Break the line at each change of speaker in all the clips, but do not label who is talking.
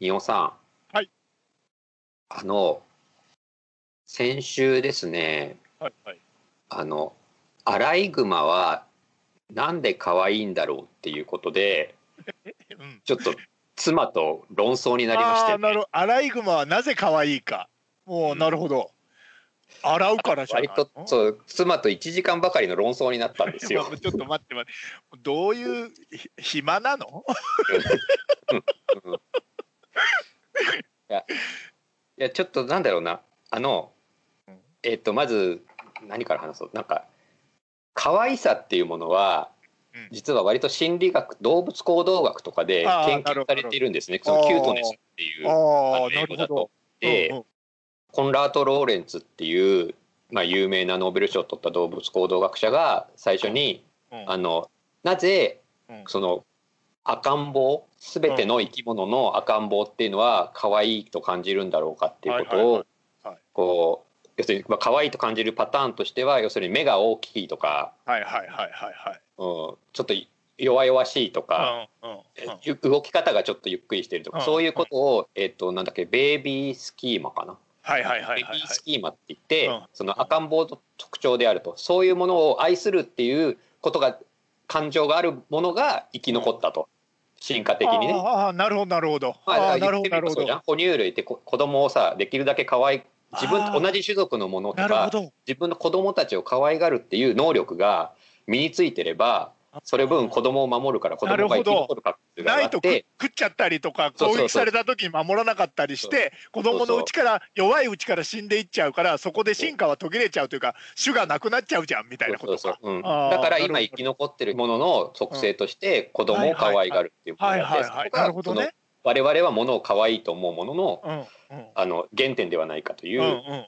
伊尾さん。
はい
あの、先週ですね、
はいはい。
あの、アライグマはなんで可愛いんだろうっていうことで、
うん。
ちょっと妻と論争になりまし
あ
て、
あー、なるほど。アライグマはなぜ可愛いか。もう、なるほど。洗うからじゃない
割
の。
とそう妻と1時間ばかりの論争になったんですよ
まあ。 ちょっと待って待って。どういうひ暇なの？
いやちょっとなんだろうなあの
うん
えっ、とまず何から話そうなんか可愛さっていうものは
うん
実は割と心理学動物行動学とかで
あー
研
な
究
るほ
さ
ど
れているんですね
な
そ
る
の
ほど
キュートネスっていうあ
あ
の
あ、な
英語だと
るほど。。
で、
うんうん
コンラート・ローレンツっていう、まあ、有名なノーベル賞を取った動物行動学者が最初に
うん
あのなぜ
うん
その赤ん坊すべての生き物の赤ん坊っていうのは可愛いと感じるんだろうかっていうこ
はい
と
は
を
いはいはい
こう要するにまあ可愛いと感じるパターンとしては要するに目が大きいとか、
はいはいはいはいはい。
うん、ちょっと弱々しいとか、
うんうん
え
うん。
ゆ動き方がちょっとゆっくりしてるとか、
うん
そういうことを、えっとなんだっけベイビースキーマかな、
はいはいはいは
ベ
い
ビースキーマって言って、
うん
その赤ん坊の特徴であるとそういうものを愛するっていうことが感情があるものが生き残ったと、進化的
はい。
にね。
ああ、なるほどなるほど。
ま
あ
あ、
あ、
だ
な
から言っ
る
てみ
ほどな
れ
る
ば
ほ
そう
ど
じゃん。。哺乳類ってこ子供をさできるだけ可愛い自分
あ
と
ー
同じ種族のものと
なるほ
か
ど。
自分の子供たちを可愛がるっていう能力が身についてればそれ分子供を守るから子
なる
供が
ほ
生き
ど
残る確率が
な
上が
いと
っ
食
て
食っちゃったりとか
そうそう
攻
そう
撃された時に守らなかったりして子供のうちから弱いうちから死んでいっちゃうからそこで進化は途切れちゃうというか種がなくなっちゃうじゃんみたいなこ
そう
と
そう
か。
そう、うん、だ
あー
から今
なるほ
生
ど
き残ってるものの特性として子供を可愛がるっていうこと
はい
で
はい
そ
はい
こが
なるほどね。
その我々はものを可愛いと思うものの
うんうん
あの原点ではないかという、
うんうんうん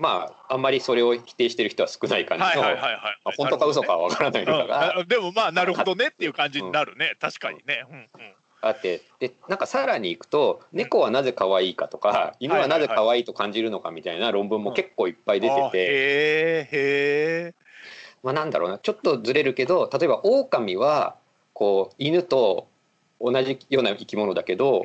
まああんまりそれを否定してる人は少ない感じの、
はいはいはいはい
まあ、本当か嘘かは分からないの
なるほ
だ
どね
が、
うんあでもまあなるほどねっていう感じになるね確かにね。うんうん
あってでなんかさらにいくと猫はなぜ可愛いかとか犬はなぜ可愛いと感じるのかみたいな論文も結構いっぱい出て
あ
て、
へえへえ。
まあ、なんだろうなちょっとずれるけど例えばオオカミはこう犬と同じような生き物だけど、
ん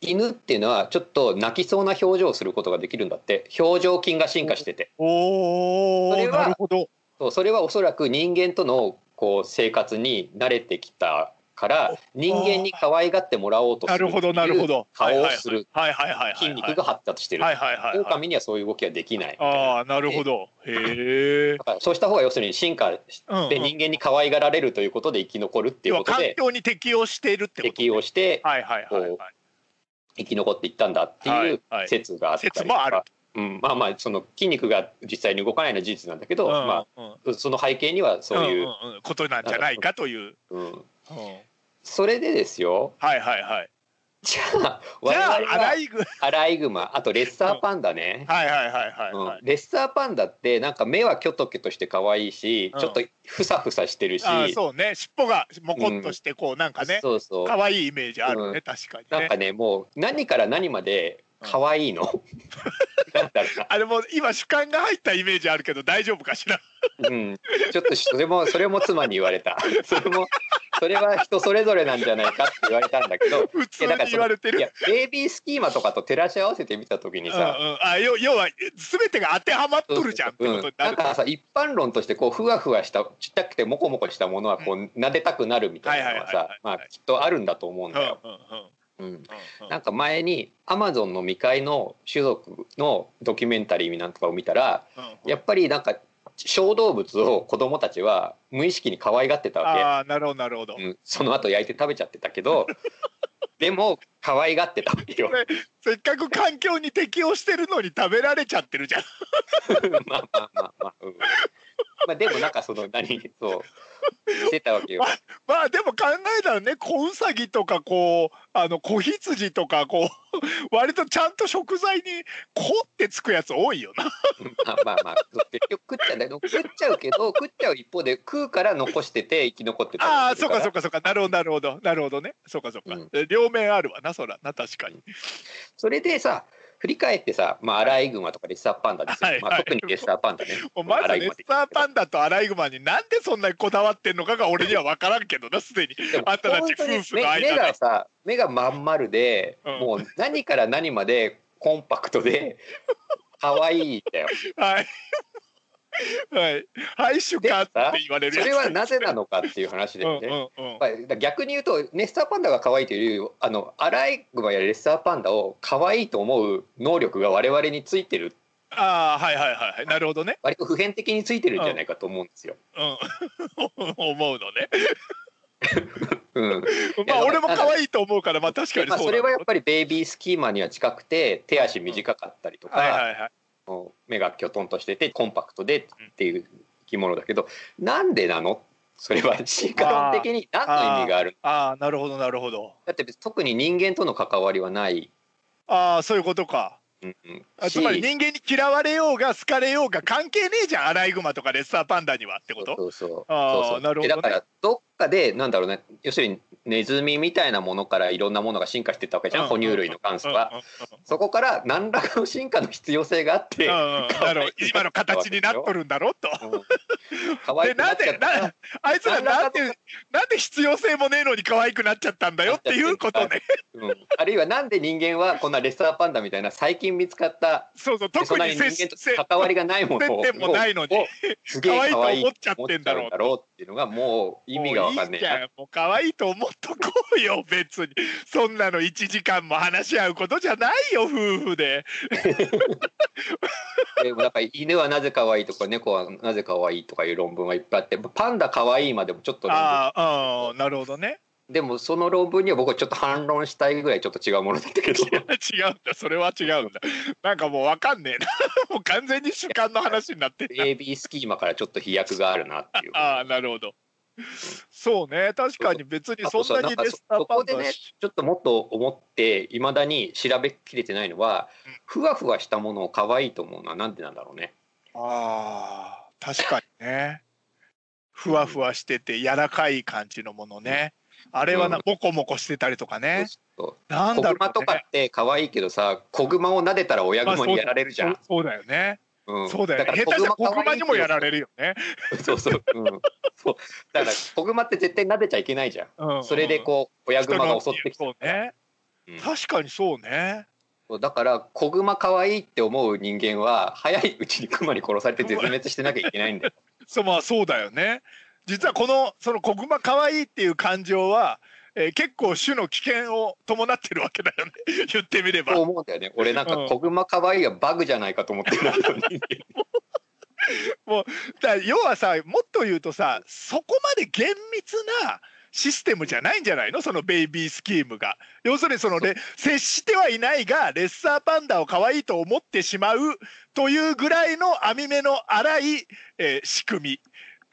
犬っていうのはちょっと泣きそうな表情をすることができるんだって表情筋が進化してて
お
それ
お
は
なるほど。
そうそれはおそらく人間とのこう生活に慣れてきたから人間に可愛がってもらおうとす
な
る
る
って
ほどなる
い
ほ
う
ど。
顔をする
はいはいはいはいはいはいはい。
筋肉が発達してる
はいはいはいはい。
狼にはそういう動きはできないみたいな
ああなるほど。へえ
だ。からそうした方が要するに進化し
うんうん
て人間に可愛がられるということで生き残るっていう
要
こ
は
と
環
で
境に適応しているってこと。
適応して
はいはいはいはい
こ。生き残っていったんだっていう
はい
説があったりと
説もある
か、うん、まあまあその筋肉が実際に動かないのは事実なんだけど、
うん
ま
うん
あ、その背景にはそういう、
んんんことなんじゃないかという。
うん、
うん
それでですよ
はいはいはい。
じゃあ
じ
我
ゃあ
々
ア
は
ライグ。は
アライグマあとレッサーパンダね
い、はいはいはいは
う
い
ん。レッサーパンダってなんか目はキョトキョとして可愛いし、
うん
ちょっとふさふさしてるし
ああそうね尻尾がモコっとしてこうなんかね
そうそう
可愛いイメージある
うん
ね確かに
なん
ね
か。ねもう何から何まで可愛いの、 なんだろうな
あれも今主観が入ったイメージあるけど大丈夫かしら。
うん、ちょっとそれもそれも妻に言われ たそれもそれは人それぞれなんじゃないかって言われたんだけど
普通
いやだからそ
に言
の
われて
い
る。
やベイビースキーマとかと照らし合わせてみた時
う
に
んう
さ、
ん。あ要要は全てが当てはまっとるじゃんって
う
こ
ん
とにな
なん。
る
かさ一般論としてこうふわふわしたちっちゃくてモコモコしたものはこう撫でたくなるみたいなのは
はいはいはい
さ
はい
まあきっとあるんだと思うん
うん
だ
うんうん
よ。うん
うんうん
なんか前にアマゾンの未開の種族のドキュメンタリーなんとかを見たら
うん
やっぱりなんか小動物を子供たちは無意識に可愛がってたわけ。
ああなるほどなるほど。
うん、その後焼いて食べちゃってたけ どでも可愛がってたわけよ
これせっかく環境に適応してるのに食べられちゃってるじゃん。
まあまあまあまあ、うんまあでもなんかその何そうしてたわ けよ
まあでも考えたらね子ウサギとかこうあの子羊とかこう 割とちゃんと食材に「子」ってつくやつ多いよな。
まあまあまあ結局食っちゃうんだけど食っちゃうけど食っちゃう一方で食うから残してて生き残ってたり
ああ
す
そ
る
うかそううかそうかなるほどなるほどなるほどねそうかそうか、
うん
両面あるわなそらな確かに。
それでさ振り返ってさ、まあ、アライグマとかレッサーパンダですよ、
はい
まあ、特にレッサーパンダね。
もうまず
アライグ
レッ
マって
サーパンダとアライグマになんでそんなにこだわってんのかが俺には分からんけどなすでに
でも
あんたた
本
ち
当に
夫婦の
目
間
目がさ目がまん丸で、
うん
もう何から何までコンパクト で可愛いんだよ。
はい はい配種かって言われる
そ
やつ
れはなぜなのかっていう話で
う
ね。
んうんうん
やっぱりだから逆に言うとレッサーパンダが可愛いというよりあのアライグマやレッサーパンダを可愛いと思う能力が我々についてる
ああはいはいはいはいなるほどね
割と普遍的についてるんじゃないかと思うんですよ。
うん 思うのね
うん、
ま あ俺も可愛いと思うからまあ確かに
まあ
そ
そうれ
だ
はやっぱりベイビースキーマには近くて手足短かったりとか、
はいはいはい
もう目がきょとんとしててコンパクトでっていう生き物だけどなんでなのそれ は進化論的に何の意味がある
ああなるほどなるほど
だって別に特に人間との関わりはない、
ああそういうことか
うんうん
あつまり
し
人間に嫌われようが好かれようが関係ねえじゃんアライグマとかレッサーパンダにはってこと
そうそうそう
あー
そうそう
なるほどね
でだからどっかでなんだろうね要するにネズミみたいなものからいろんなものが進化してったわけじゃん、
うん
哺乳類の元祖は、
うんうん
そこから何らかの進化の必要性があって、
うんうん
可愛い
なるほど今の形になっとるんだろうと。
うん可愛
で
くな
な
っ
ん
ちゃ
で
った
なあいつらなんでなんで必要性もねえのに可愛くなっちゃったんだよっていうことね。
うんあるいはなんで人間はこんなレッサーパンダみたいな最近見つかった
そうそう
そ
特
んな
に
に人
せ
間
せ
と関わりがないものを
接点もないのに
をすげえ
可愛いと
可愛い
思っちゃってんだろう
思っちゃうんだろうっていうのがもう意味がわかんねえ
もういいじゃんもう可愛いと思っとこうよ別に そんなの1時間も話し合うことじゃないよ夫婦で
な。でもなんか犬はなぜ可愛いとか猫はなぜ可愛いとかいう論文がいっぱいあってパンダ可愛いまでもちょっと論文
ああうんなるほどね
でもその論文には僕はちょっと反論したいぐらいちょっと違うものだったけ ど
違うんだそれは違うんだなんかもうわかんねえな もう完全に主観の話になってる
AB スキーマからちょっと飛躍があるなっていう。
ああなるほどそうね確かに別にそんなにレスタ
あとさなんかそ
ーパン
そこで
ダ
ね
し
ちょっともっと思っていまだに調べきれてないのは、
うん
ふわふわしたものを可愛いと思うのはなんでなんだろうね。
あー確かにねふわふわしてて柔らかい感じのものねあれはな、
うん
モコモコしてたりとかね
そう
なん
子
だろう、ね、
熊とかって可愛いけどさ子熊を撫でたら親
まあ
熊
そう
に
だ
やられるじゃん。
そうそうだよね、
うん
そうだよね下手したら小熊にもやられるよね、
る。そうそう。うん、そうだから子熊って絶対撫でちゃいけないじゃん。
うん
それでこう親熊が襲ってき
人の
た
そうね
うん
確かにそうね
そうだから子熊可愛いって思う人間は早いうちに熊に殺されて絶滅してなきゃいけ ないんだよ。
そうまあそうだよね実はこのその小熊可愛いっていう感情は、えー結構種の危険を伴ってるわけだよね言ってみれば
そう思うんだよね。俺なんか
うん
子熊可愛いはバグじゃないかと思ってるんだよね。
だから要はさもっと言うとさそこまで厳密なシステムじゃないんじゃないのそのベイビースキームが要するにそのレ接してはいないがレッサーパンダを可愛いと思ってしまうというぐらいの網目の荒い、えー仕組み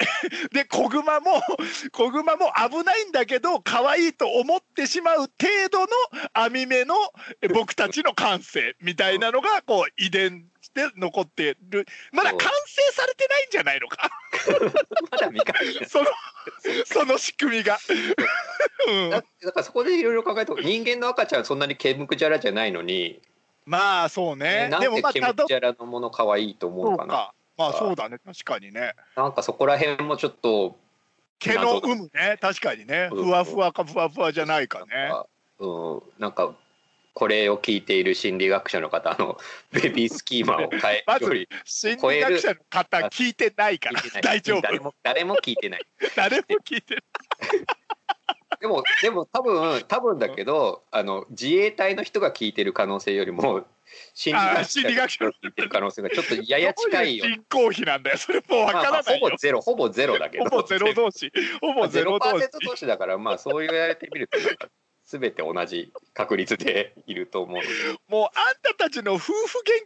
で子グマも子グマも危ないんだけど可愛いと思ってしまう程度の網目のえ僕たちの感性みたいなのがこう遺伝で残ってるまだ
そう
完成されてないんじゃないのか
まだ未完成
そのその仕組みが。 うん
だだからそこでいろいろ考えて人間の赤ちゃんはそんなに毛むくじゃらじゃないのに、
まあそうね。
なん
で
で
もまあ
毛む
た
く
ど
じゃらのもの可愛いと思う
そ
の
う
かな。
か。まあそうだね確かにね。
なんかそこら辺もちょっと、
毛の有無ね確かにね。
そうそう
ふわふわかふわふわじゃないかね。
うん、なんかこれを聞いている心理学者の方あ のベビースキーマを変え
まず
より
心理学者の方聞いてないから
聞いてない
大丈夫。
誰も誰も聞いてない。
誰も聞いてない。
でもでも多分多分だけど、あの自衛隊の人が聞いてる可能性よりも心理
あ
学者
心理学者
が聞いてる可能性がちょっとやや近いよ
どうう。人口比なんだよそれもうわ
ま
か
あまあ
らない
ほ
よ
ぼ。ゼロほぼゼロだけど。
ほぼゼロ同士。ほぼゼ
ゼ
ロ
ロパ
同
ーセ
士
ン。ト投資だから まあそう言われてみるとなんか全て同じ確率 でいると思うので
もうあんたたちの夫婦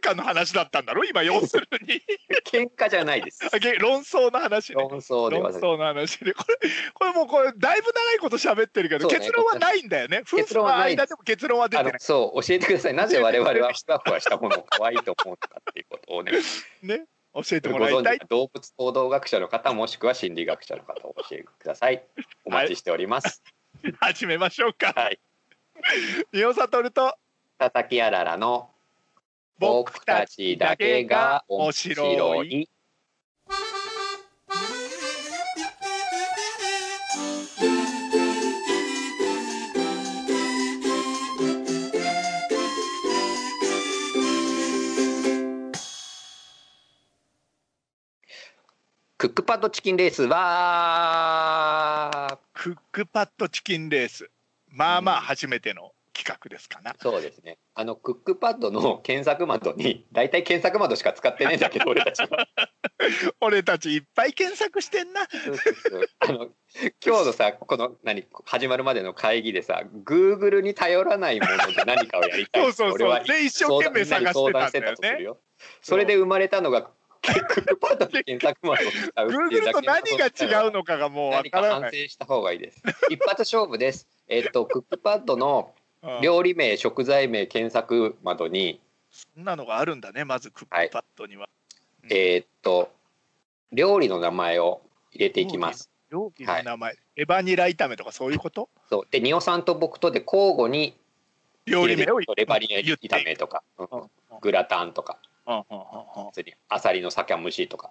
喧嘩の話だったんだろ今要する に
喧嘩じゃないです
あげ論争の話ね。
論争で
論
はない
争の話でこれこれもうこれだいぶ長いこと喋ってるけど、
そうね
結論はないんだよね夫婦
結論
の
はない
間でも結論は出
あ
て
の
ない
そう教えてくださいなぜ我々はふわふわしたものを可愛いと思うのかっていうことを ね
ね教えて
ご
もらい
存
たい
知の動物行動学者の方もしくは心理学者の方を教えてくださいお待ちしております
始めましょうか
はい
三尾悟と
叩きあららの僕たちだけが面白い。クックパッドチキンレースは
クックパッドチキンレースまあまあ初めての企画ですかな、
そうですねあのクックパッドの検索窓に大体検索窓しか使ってないんだけど俺たちは
俺たちいっぱい検索してんな
そうそうそうあの今日のさこの何始まるまでの会議でさ Google に頼らないもので何かをやりたい
そうそうそうで一生懸命探してたんだよ
相談する
ね
よそれで生まれたのが結局パッドで検索窓を使うっていう
Google
だ
と
けの
何が違うのかがもうわ
何
か
から反
ない
省した方がいいです。一発勝負 です。えっとクックパッドの
うん
料理名、食材名検索窓に、
そんなのがあるんだねまずクックパッドには、うん
えっと料理の名前を入れていきます。
料理の名前、エバニラ炒めとかそういうこと
そうで、ニオさんと僕とで交互に
料理名を
入れてレバニラ
言っていく
炒めとか、うん
うんうん
グラタンとか、
うんうんうんうん
普通にアサリの酒蒸しとか、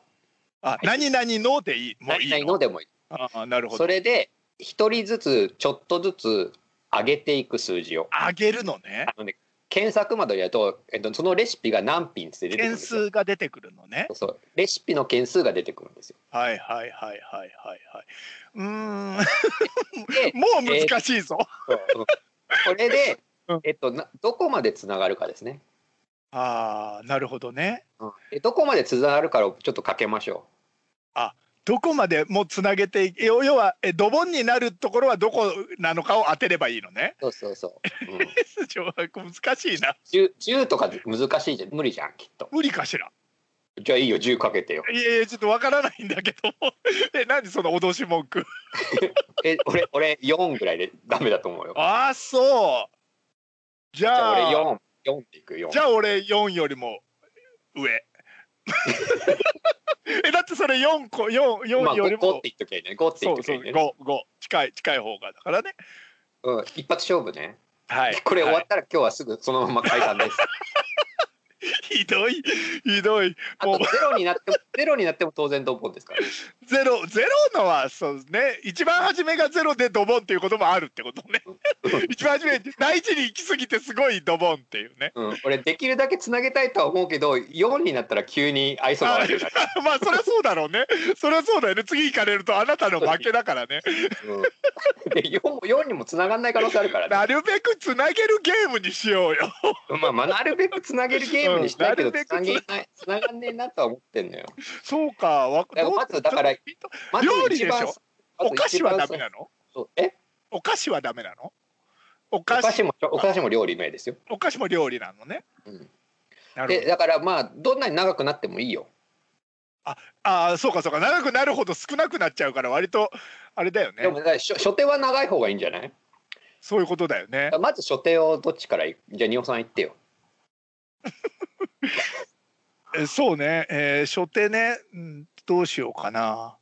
あ何々のでいいもうい
何
い
々のでもいい。
ああなるほど
それで一人ずつちょっとずつ上げていく数字を。
上げるのね
あのね、検索窓でやると、えっとそのレシピが何品って出てくるん
件
ですよ
数が出てくるのね
そうそうレシピの件数が出てくるんですよ。
はいはいはいはいはいはい。うーん。
で
もう難しいぞ。
これで
うん、
えっと、などこまでつながるかですね。
ああ、なるほどね。
でどこまでつながるかをちょっとかけましょ
どこまでもうつなげてい要要はえドボンになるところはどこなのかを当てればいいのね。
う。そうそうそう。うん、
上 難しいな。
10, 10とか難しいじゃん無理じゃんきっと。
無理かしら。
じゃあいいよ10かけてよ。
いやいやちょっとわからないんだけど。 え何その脅し文句。
え俺俺4ぐらいでダメだと思うよ。じ
ああそう。じ
ゃあ
ゃあ
俺4。4っていくよ
じ。ゃあ俺4よりも上。 えだってそれ4個4
まあ
より
5,
も。
って言っときゃいいね。5って
そ
言っ
う
ときゃ
そう
いいね。
5 5近い近い方がだからね
うん、一発勝負ね。
はい
これ終わ
は
ったら今日はすぐそのまま解散です。
い、ひどいひどい
あ
も
と
う
ゼロになっても ゼロになっても当然ドボンですから。
ゼロゼロのはそうですね一番初めがゼロでドボンっていうこともあるってこと ね一番初め大事に行き過ぎてすごいドボンっていうね
うん、俺できるだけつなげたいとは思うけど4になったら急に愛想が悪くなる、
あまあそりゃそうだろうねそりゃそうだよね次行かれるとあなたの負けだからね
うん、で 4, も4にもつながんない可能性あるからね、
なるべくつなげるゲームにしようよ
まあまあ、なるべくつなげるゲームにしたいけど
うんなるべ
つ
く
なげないつながんねえなとは思ってんのよ
そうかわ
だからまずだから
どうちょっと
まず
料理でし
一
ょ
番あと
お菓子は
一番
ダメなの
そうえ
お菓子はダメなのお
お
菓
菓
子
子もお菓子も料理名ですよ、
お菓子も料理なのね
うん、
なるほど
でだからまあどんなに長くなってもいいよ
ああそうかそうか長くなるほど少なくなっちゃうから割とあれだよ
でも
ね
だから初初手は長い方がいいんじゃない
そういうことだよね
まず初手をどっちからいじゃあ二穂さん行ってよ
えそうね、えー、初手ね、うん、どうしようかな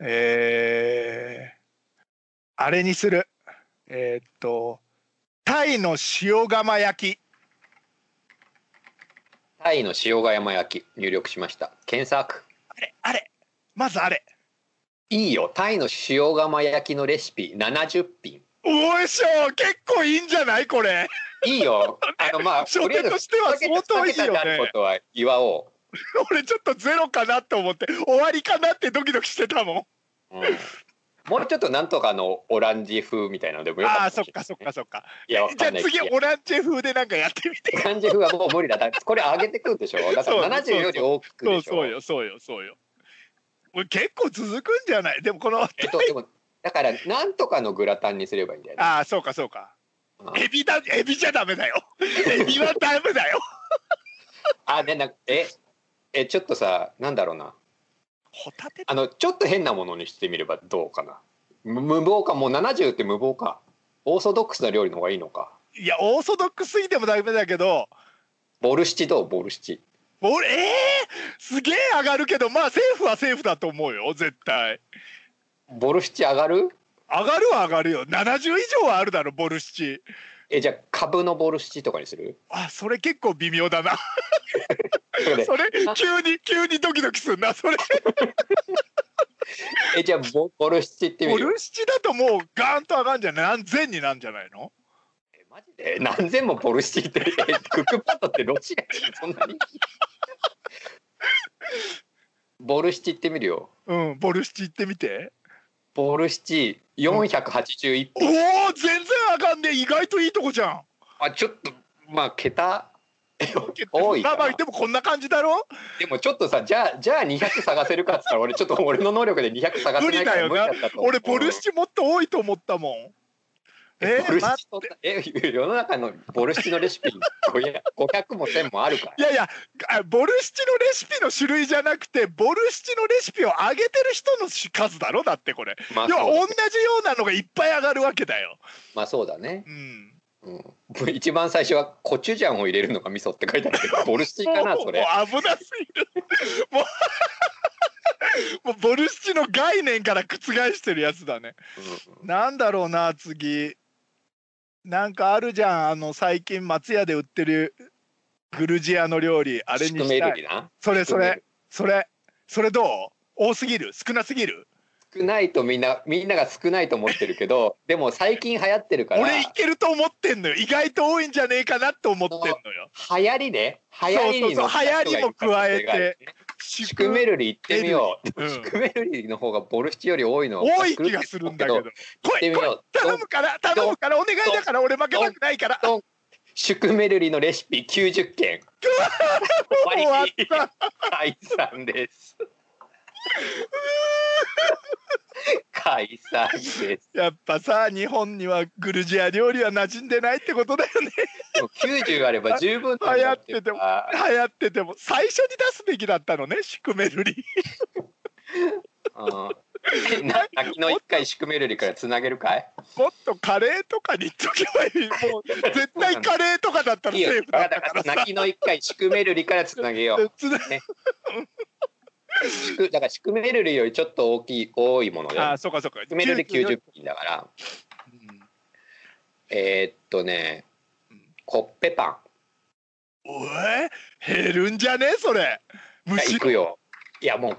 えーあれにするえーっとタイの塩釜焼き
タイの塩ヶ山焼き入力しました検索
あれあれまずあれ
いいよタイの塩釜焼きのレシピ70品
おいしょ結構いいんじゃないこれ
いい よあのまあ
初手としては相当いいよね
ふざけたってあることは祝お
俺ちょっとゼロかなと思って終わりかなってドキドキしてたもん
う、うんもうちょっとなんとかのオランジ風みたいなのでもよか
ああ
った
そっ
もしれない
かそっかそっか
いやわ
じゃ
か
あ
んない
次
いや
オランジェ風でなんかやってみて
オランジ風はもう無理だだこれ上げてくんでしょだか
そう
ら70より大きく
そ
で
う
しょ
そうよそうよそうよ俺結構続くんじゃないでもこの
えっとでもだからなんとかのグラタンにすればいいんだよね
ああそうかそうか
うん
エビだエビじゃダメだよ エビはダメだよ
あねなんかええちょっとさなんだろうな
ホタテ
あのちょっと変なものにしてみればどうかなむ無謀かもう70って無謀かオーソドックスな料理の方がいいのか
いやオーソドックスすぎてもダメだけど
ボルシチどうボルシチ
俺えー、すげえ上がるけどまあセーフはセーフだと思うよ絶対
ボルシチ上がる
上がるは上がるよ70以上はあるだろボルシチ
えじゃあ株のボール七とかにする
あそれ結構微妙だな
ということで
それ急に急にドキドキすんなそれ
えじゃあボボール七ってみ
ボ
る
ル七だともうガーンと上がんじゃない何千になんじゃないの
えマジで何千もボルシチってえクックパッドってロシアにそんなにボルシチってみるよ
うんボル七行ってみて
ボルシチ481
おお
本、
全然上がんねえ意外といいとこじゃん
あちょっとまあ桁多いか
まあ
な
まあでもこんな感じだろ
でもちょっとさじゃあじゃあ200探せるかっつったら俺ちょっと俺の能力で200探せないから
無理だよな
無理だったと思う
俺ボル七もっと多いと思ったもんえ
ボル
ー、
シ
ま
チとえ世の中のボルシチのレシピ500 500も1000もあるから
いやいやあボルシチのレシピの種類じゃなくてボルシチのレシピを上げてる人の数だろだってこれ
まあ
要は
そう
同じようなのがいっぱい上がるわけだよ。
まあそうだね、
うん、
うん、一番最初はコチュジャンを入れるのが味噌って書いてあるけどボルシチかな
もう
それ
もう危なすぎる。もうもうボルシチの概念から覆してるやつだね。
うん
なんだろうな次。なんかあるじゃんあの最近松屋で売ってるグルジアの料理あれ
シ
に
ク
し
メ
た
ル
い。
ギな
それそ
シクメ
れ
ル
それそれどう？多すぎる少なすぎる
少ないとみんなみんなが少ないと思ってるけどでも最近流行ってるから
俺いけると思ってんのよ意外と多いんじゃねえかなって思ってんのよ
流行りね流行りに乗った人がいる可能性があるシクメルリ行ってみよう、
うん
シクメルリの方がボルシチより多いのは
多い気がするんだけど。
行っ
来
て
い
み
来い
よう
頼むから頼むからお願いだから俺負けたくないから。
ドンシクメルリのレシピ90件
終わった。
解散です解散です
やっぱさ日本にはグルジア料理は馴染んでないってことだよね。
もう90あれば十分
流行ってても
あ
流行ってても最初に出すべきだったのねシクメ ルリ。
うんな泣きの一回シクメルリからつなげるかい
もっとカレーとかに言っとけばいい。もう絶対カレーとかだったら
いいよ
セーフだ
だ
った
か
かららさ。
泣きの一回シクメルリからつなげよう
つな
シクだからシクメルリよりちょっと大きい多いもので
あ
シ
そうかそうか。
クメルリ
90
90品だから
うん
えーっとね
うん
コッペパン
おい減るんじゃねそれ。む
いや
し
行
ろ
くよいやもう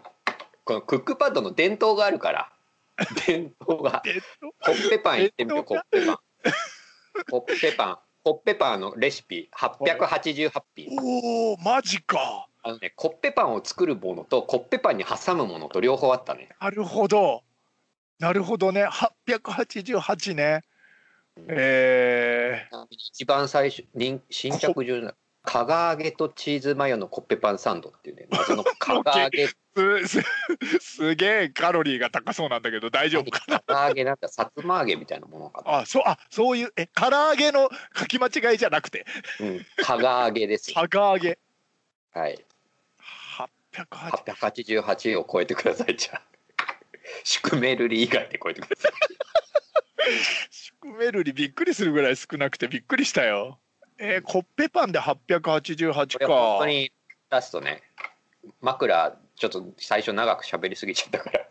このクックパッドの伝統があるから 伝統が
えっと
コッペパン行ってみようコ
伝
ッペパンコッペパンコッペパンのレシピ888品
おおマジか。
あのねコッペパンを作るものとコッペパンに挟むものと両方あったね
なるほど。なるほどね。888ね。え
ちなみに一番最初人新着順な加賀揚げとチーズマヨのコッペパンサンドっていうね謎 の加賀揚げ
ー、すすすげえカロリーが高そうなんだけど大丈夫かな
加賀揚げなんかさつま揚げみたいなものかな、
あそうあそういうえ唐揚げの書き間違いじゃなくて
うん、加賀揚げです
唐揚げ
はい
888
888を超えてくださいじゃあシクメルリ以外で超えてください
シクメルリびっくりするぐらい少なくてびっくりしたよえー、コッペパンで888
これ本当
か
に出すとね枕ちょっと最初長く喋りすぎちゃったから、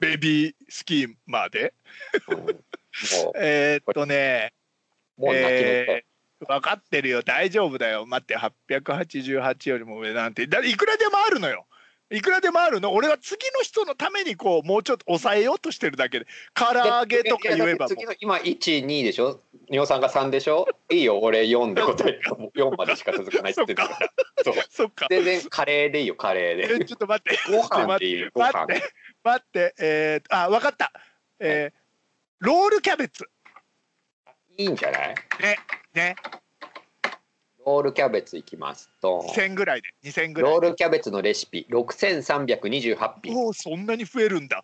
ベビースキーマーで
うんも
えー、っとね
うもう泣きの、
えー分かってるよ大丈夫だよ待って888よりも上なんてだいくらでもあるのよいくらでもあるの俺は次の人のためにこうもうちょっと抑えようとしてるだけで唐揚げとか言えばもう
次の今12でしょ尿酸が3でしょいいよ俺4で答えるからもう4までしか続かないって言ってたからそう
そっか
全然カレーでいいよカレー
え
で
ちょっと待って
ご飯でいいよご
待
飯
って待ってえー、あ分かったえー、ロールキャベツ
いいんじゃない
ね
ロールキャベツいきますと
1000ぐらいで2000ぐらい
ロールキャベツのレシピ6328品
おおそんなに増えるんだ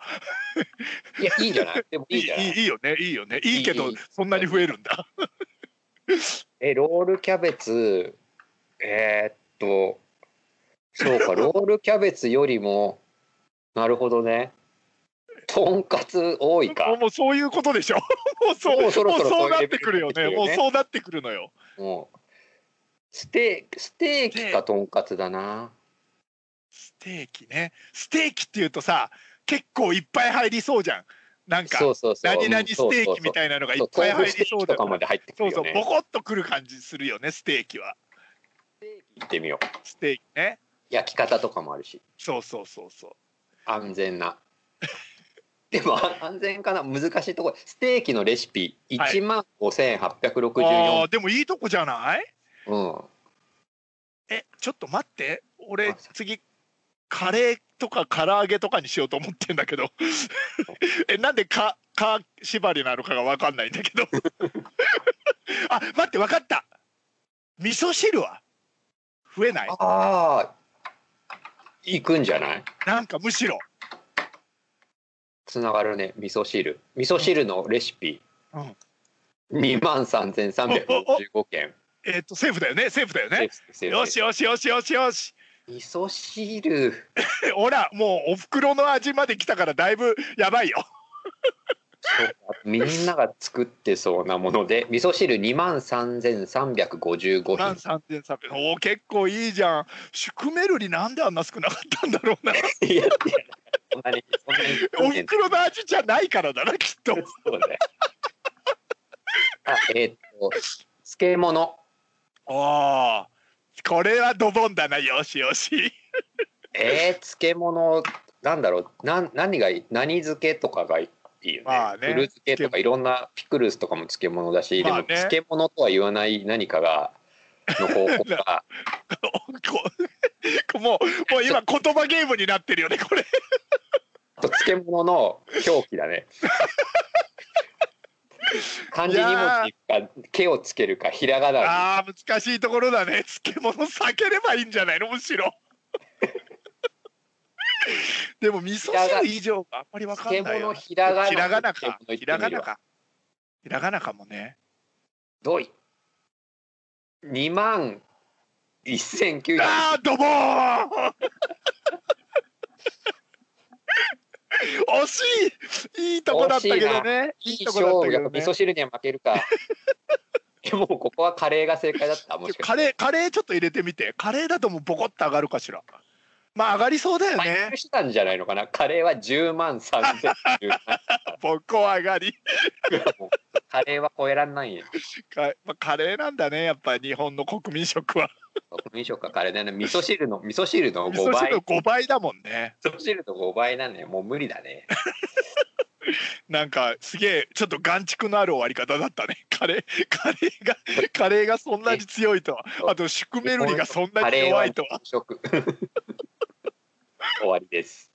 いや、いいんじゃないでも
い
いい
い
んじゃない
いいいいよねいいよねいいけ
いい
ど
いい
そんなに増えるんだ
え、ロールキャベツ、えーっと、そう か、ロールキャベツよりも、なるほどね。とんかつ多い
も
か
う。もうそういうことでしょ。 もうそう
もうそろそろ
もうそうな
そうい
っ
うレベ
てくる
ル
よ
になってきてる
ね。
よね
もうそうなってくるのよ。
もうステーキ、ステーキかとんかつだな。
ステーキね。ステーキっていうとさ、結構いっぱい入りそうじゃん。なんか
そうそうそう
何々ステーキみ
い
たいなのがい
そ
っ
う
ぱい
豆
入
腐ステ
りそ
ー
う
キ
だ
とか
か
らまで入ってく
そ
る
うそ
よ
う
ね
ボコッとくる感じするよねステーキは
行ってみよう
ステーキね
焼き方とかもあるし
そうそうそうそう
安全な でもあ安全かな難しいところステーキのレシピ
はい
1万5864、
あーでもいいとこじゃない
うん
えちょっと待って俺
あそう
次カレーとか唐揚げとかにしようと思ってんだ けどえなんでか「か」縛りなのかが分かんないんだけ どあ待って分かった味噌汁は増えない
ああ行くんじゃない
なんかむしろ、
つながるね味噌汁味噌汁のレシピ、
うん
2万3365件
えっとセーフだよねセーフだよ
セー
ね
フセーフ
よしよしよしよしよし
味噌汁
えほらもうお袋の味まで来たからだいぶやばいよ
そうかみんなが作ってそうなもので味噌汁2万3355
万
品
三千三百。おお、結構いいじゃん。宿メルリなんであんな少なかったんだろう な。
いやいやそんなにそんなに
お
作ってんの
袋の味じゃないからだな、きっと。
そうね。あ、えーっと、漬物。
ああ。これはドボンだな、よしよし。
えー、漬物、なんだろう、なん、何がいい、何漬けとかがいいよね。
まあね
古漬けとか、いろんなピクルスとかも漬物だし、
まあね
でも漬物とは言わない何かが。の方法 が、
ここもう、もう今言葉ゲームになってるよね、これ。
あと漬物の表記だ ね。漢字二文字か、けをつけるか、ひらがなに。
ああ、難しいところだね。漬物避ければいいんじゃないの、むしろ。 でも味噌汁以上があんまりわかんない
漬
よ
物
な。
ひらがな。
ひらがなか。ひ
漬
ら
物言って
が
みる
な
わ
か。ひらがなかもね。
どい。二万一千九百。
あーどうもー 惜しいいいとこだったけどね
いい
とこだっ
勝負
たけど
や
ね
っぱ味噌汁には負ける か。でもここはカレーが正解だった。もしか
カレーカレーちょっと入れてみてカレーだともうボコッと上がるかしらまあ上がりそうだよ
して。
ね
してたんじゃないのかな。カレーは十万三千。
ボコ上がり
カレーは超えらんないよ。
か、 まあ、カレーなんだねやっぱ日本の国民食は
国民食かカレーだよね。味噌汁の味噌汁の
味
五
噌
倍。
汁
味
5倍だもんね
噌汁の五倍なんだよ。もう無理だね。
なんかすげえちょっと眼蓄のある終わり方だったね カレーカレーがカレーがそんなに強いとはあとシュクメルリがそんな
カ
に
レーは
弱いとは
食。終わりです。